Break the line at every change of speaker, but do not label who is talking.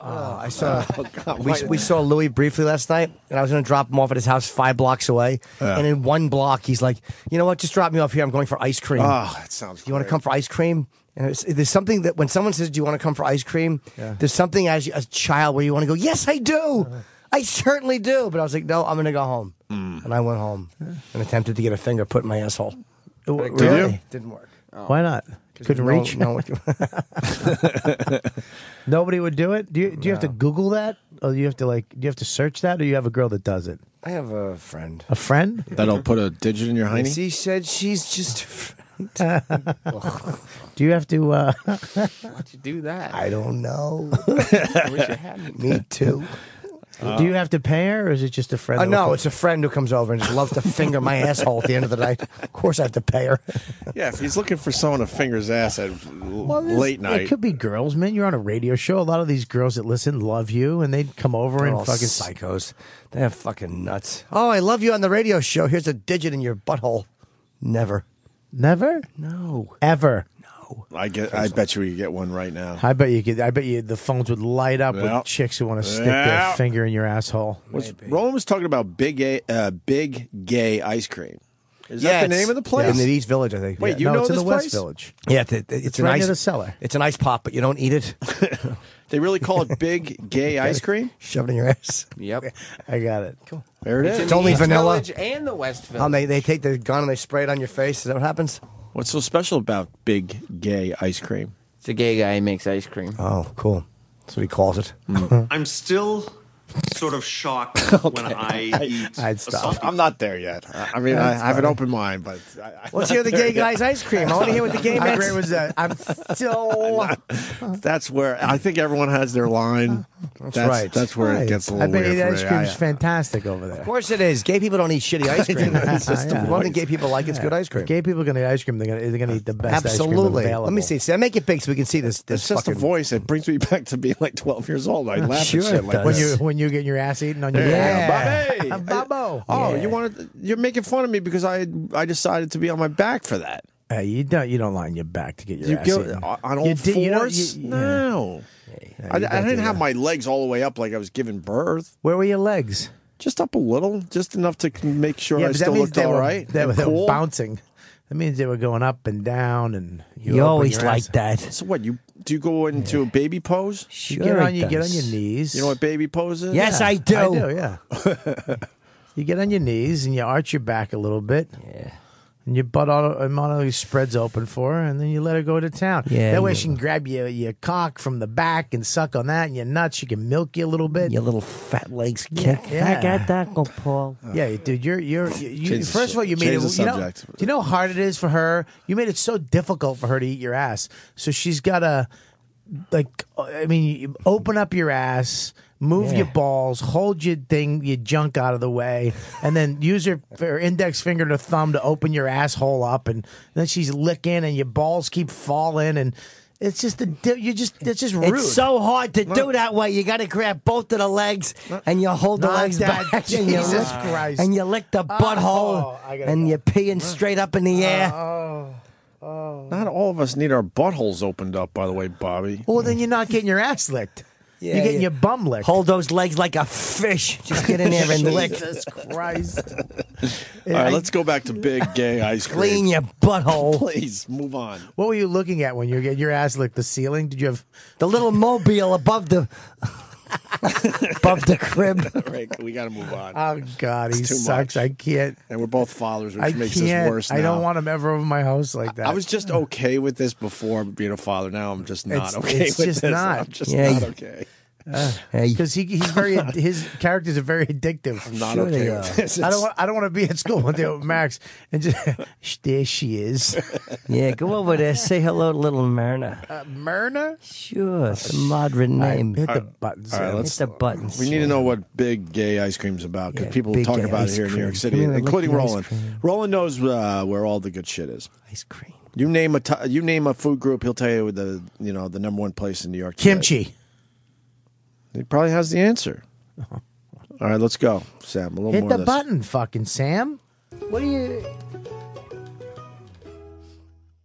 Oh, I saw. we, we saw Louis briefly last night, and I was going to drop him off at his house five blocks away. And in one block, he's like, "You know what? Just drop me off here. I'm going for ice cream.
Oh, that sounds.
you want to come for ice cream?" And it's, there's something that when someone says, "Do you want to come for ice cream?" There's something as you- as a child where you want to go, "Yes, I do. I certainly do." But I was like, "No, I'm going to go home." And I went home and attempted to get a finger put in my asshole. It w-
Did
really
you?
didn't work.
Uh,
Oh.
Why not? Couldn't
No-
reach.
No,
Nobody would do it. Do you? Do you have to Google that, or do you have to like? Do you have to search that, or you have a girl that does it?
I have a friend.
A friend?
That'll put a digit in your hiney.
She said she's just.
Do you have to? Uh,
Why'd you do that?
I don't know.
I wish you hadn't.
Me too.
Uh,
do you have to pay her, or is it just a friend?
Uh,
that
no,
will-
it's a friend who comes over and just loves to finger my asshole at the end of the night. Of course, I have to pay her.
Yeah, if he's looking for someone to finger his ass at l-
Well, there's-
late night.
It could be girls, man. You're on a radio show. A lot of these girls that listen love you, and they'd come over
They're
and
all
fucking
psychos. They're fucking nuts. Oh, I love you on the radio show. Here's a digit in your butthole. Never.
never,
No.
ever.
I get. I bet you we get one right now.
I bet you could. I bet you the phones would light up
Yeah.
with chicks who want to stick
Yeah.
their finger in your asshole.
Was, Roland was talking about big, a, uh, big gay ice cream. Is
yeah,
that the
it's-
name of the place?
In the East Village, I think.
Wait,
yeah.
you
no,
know
it's in
this
the West
place?
Village.
Yeah, it's, it's, an
right near
ice,
the cellar.
It's an ice pop, but you don't eat it.
They really call it big gay ice cream.
Shove it in your ass.
Yep.
I got it. Cool.
There it
It's in
is.
the
only
East
vanilla.
Village and the West Village.
Um, they, they take the gun and they spray it on your face. Is that what happens?
What's so special about big gay ice cream?
it's a gay guy who makes ice cream.
Oh, cool. That's what he calls it.
I'm still sort of shocked when I eat.
I'd
a
stop.
sausage.
I'm not there yet. I I mean, I have an open mind, but I, I,
Let's hear the gay guy's ice cream. I want to hear what the gay
How
man's
great was that? I'm still.
that's where I think everyone has their line. That's,
right.
That's where it gets a
I
little
bet
weird.
you the
for
ice
me.
cream's
I- uh,
fantastic over there.
Of course it is. Gay people don't eat shitty ice cream. it's just
Yeah.
the one thing gay people like is good ice cream.
Gay people are gonna eat ice cream. They're gonna, they're gonna eat the best ice cream
Absolutely.
available.
Let me see. See, I make it big so we can see this. this
It's just
fucking,
a voice. It brings me back to being like 12 years old. I laugh
sure
at shit
it
like
does.
when
this.
you when you get your ass eaten on your
Yeah.
Bobby!
Bubbo.
Oh,
Yeah.
you wanted you're making fun of me because I I decided to be on my back for that.
Hey, you don't you don't lie on your back to get your
You
ass
go uh,
eaten.
on all
You did- you don't-
fours?
you- yeah.
no. I,
you
I
don't
didn't
do
have
that.
my legs all the way up like I was giving birth.
Where were your legs?
Just up a little, just enough to c- make sure I
but
still looked
they
all
were
right.
they, were,
and
they were
cool.
bouncing. That means they were going up and down, and you,
You
open
always
your
like
ass.
that.
So what? You do you go into a baby pose?
You
Sure
get on
it
you get on
does.
your knees.
You know what baby pose is?
Yes, I do.
I do. Yeah. you get on your knees and you arch your back a little bit.
Yeah.
And your butt auto- automatically spreads open for her, and then you let her go to town.
Yeah,
that way
you-
she can grab your, your cock from the back and suck on that, and your nuts. She can milk you a little bit.
Your little fat legs kick.
Yeah.
I got that, go, Paul.
Yeah, dude, you're you're you, you,
Change the
first of all you made it.
change the
You know,
subject.
do you know how hard it is for her? You made it so difficult for her to eat your ass. So she's got to like, I mean, you open up your ass, move your balls, hold your thing, your junk out of the way, and then use her, her index finger and her thumb to open your asshole up, and then she's licking, and your balls keep falling, and it's just the di- you just it's just rude.
It's so hard to do that way. You got to grab both of the legs and you hold the
Not
legs
that.
back. and you
Jesus
lick-
Christ. Oh,
And you lick the butthole
I
and
gotta go. Uh-huh.
you're peeing straight up in the air.
Not all of us need our buttholes opened up, by the way, Bobby.
well, then you're not getting your ass licked.
Yeah,
you're getting
yeah.
your bum licked.
Hold those legs like a fish. Just get in there and lick.
Jesus Christ.
All right, let's go back to big gay ice cream.
Clean your butthole.
Please move on.
What were you looking at when you were getting your ass licked? The ceiling? Did you have?
The little mobile above the above the crib.
Right, we got to move on.
Oh God, he
too much.
sucks. I can't.
and we're both fathers, which
I
makes this
can't.
worse.
I don't
now.
want him ever over my house like that.
I was just okay with this before being a father. Now I'm just not
It's-
okay
it's
with
just
this.
not.
I'm just
Yeah,
not
you-
okay.
Hey,
because he, he's very his characters are very addictive.
I'm not
sure
okay
they
with
are.
this.
I don't. Want, I don't want to be at school one day with Max and just "Shh, there she is,
yeah, go over there. Say hello to little Myrna.
uh, Myrna.
Sure, it's a modern name.
Hit the buttons.
all right,
Sam.
let's-
Hit the buttons.
We need to know what big gay ice cream's about because
Yeah,
people
big
talk
gay
about it
ice
here in New
cream.
York City,
Come here,
including
look at the ice
Roland.
cream.
Roland knows uh, where all the good shit is.
ice cream.
You name a t- you name a food group, he'll tell you the you know the number one place in New York. today.
Kimchi.
He probably has the answer. All right, let's go, Sam. A little
Uh-huh. Hit
more
the
of this.
button, fucking Sam. What are you?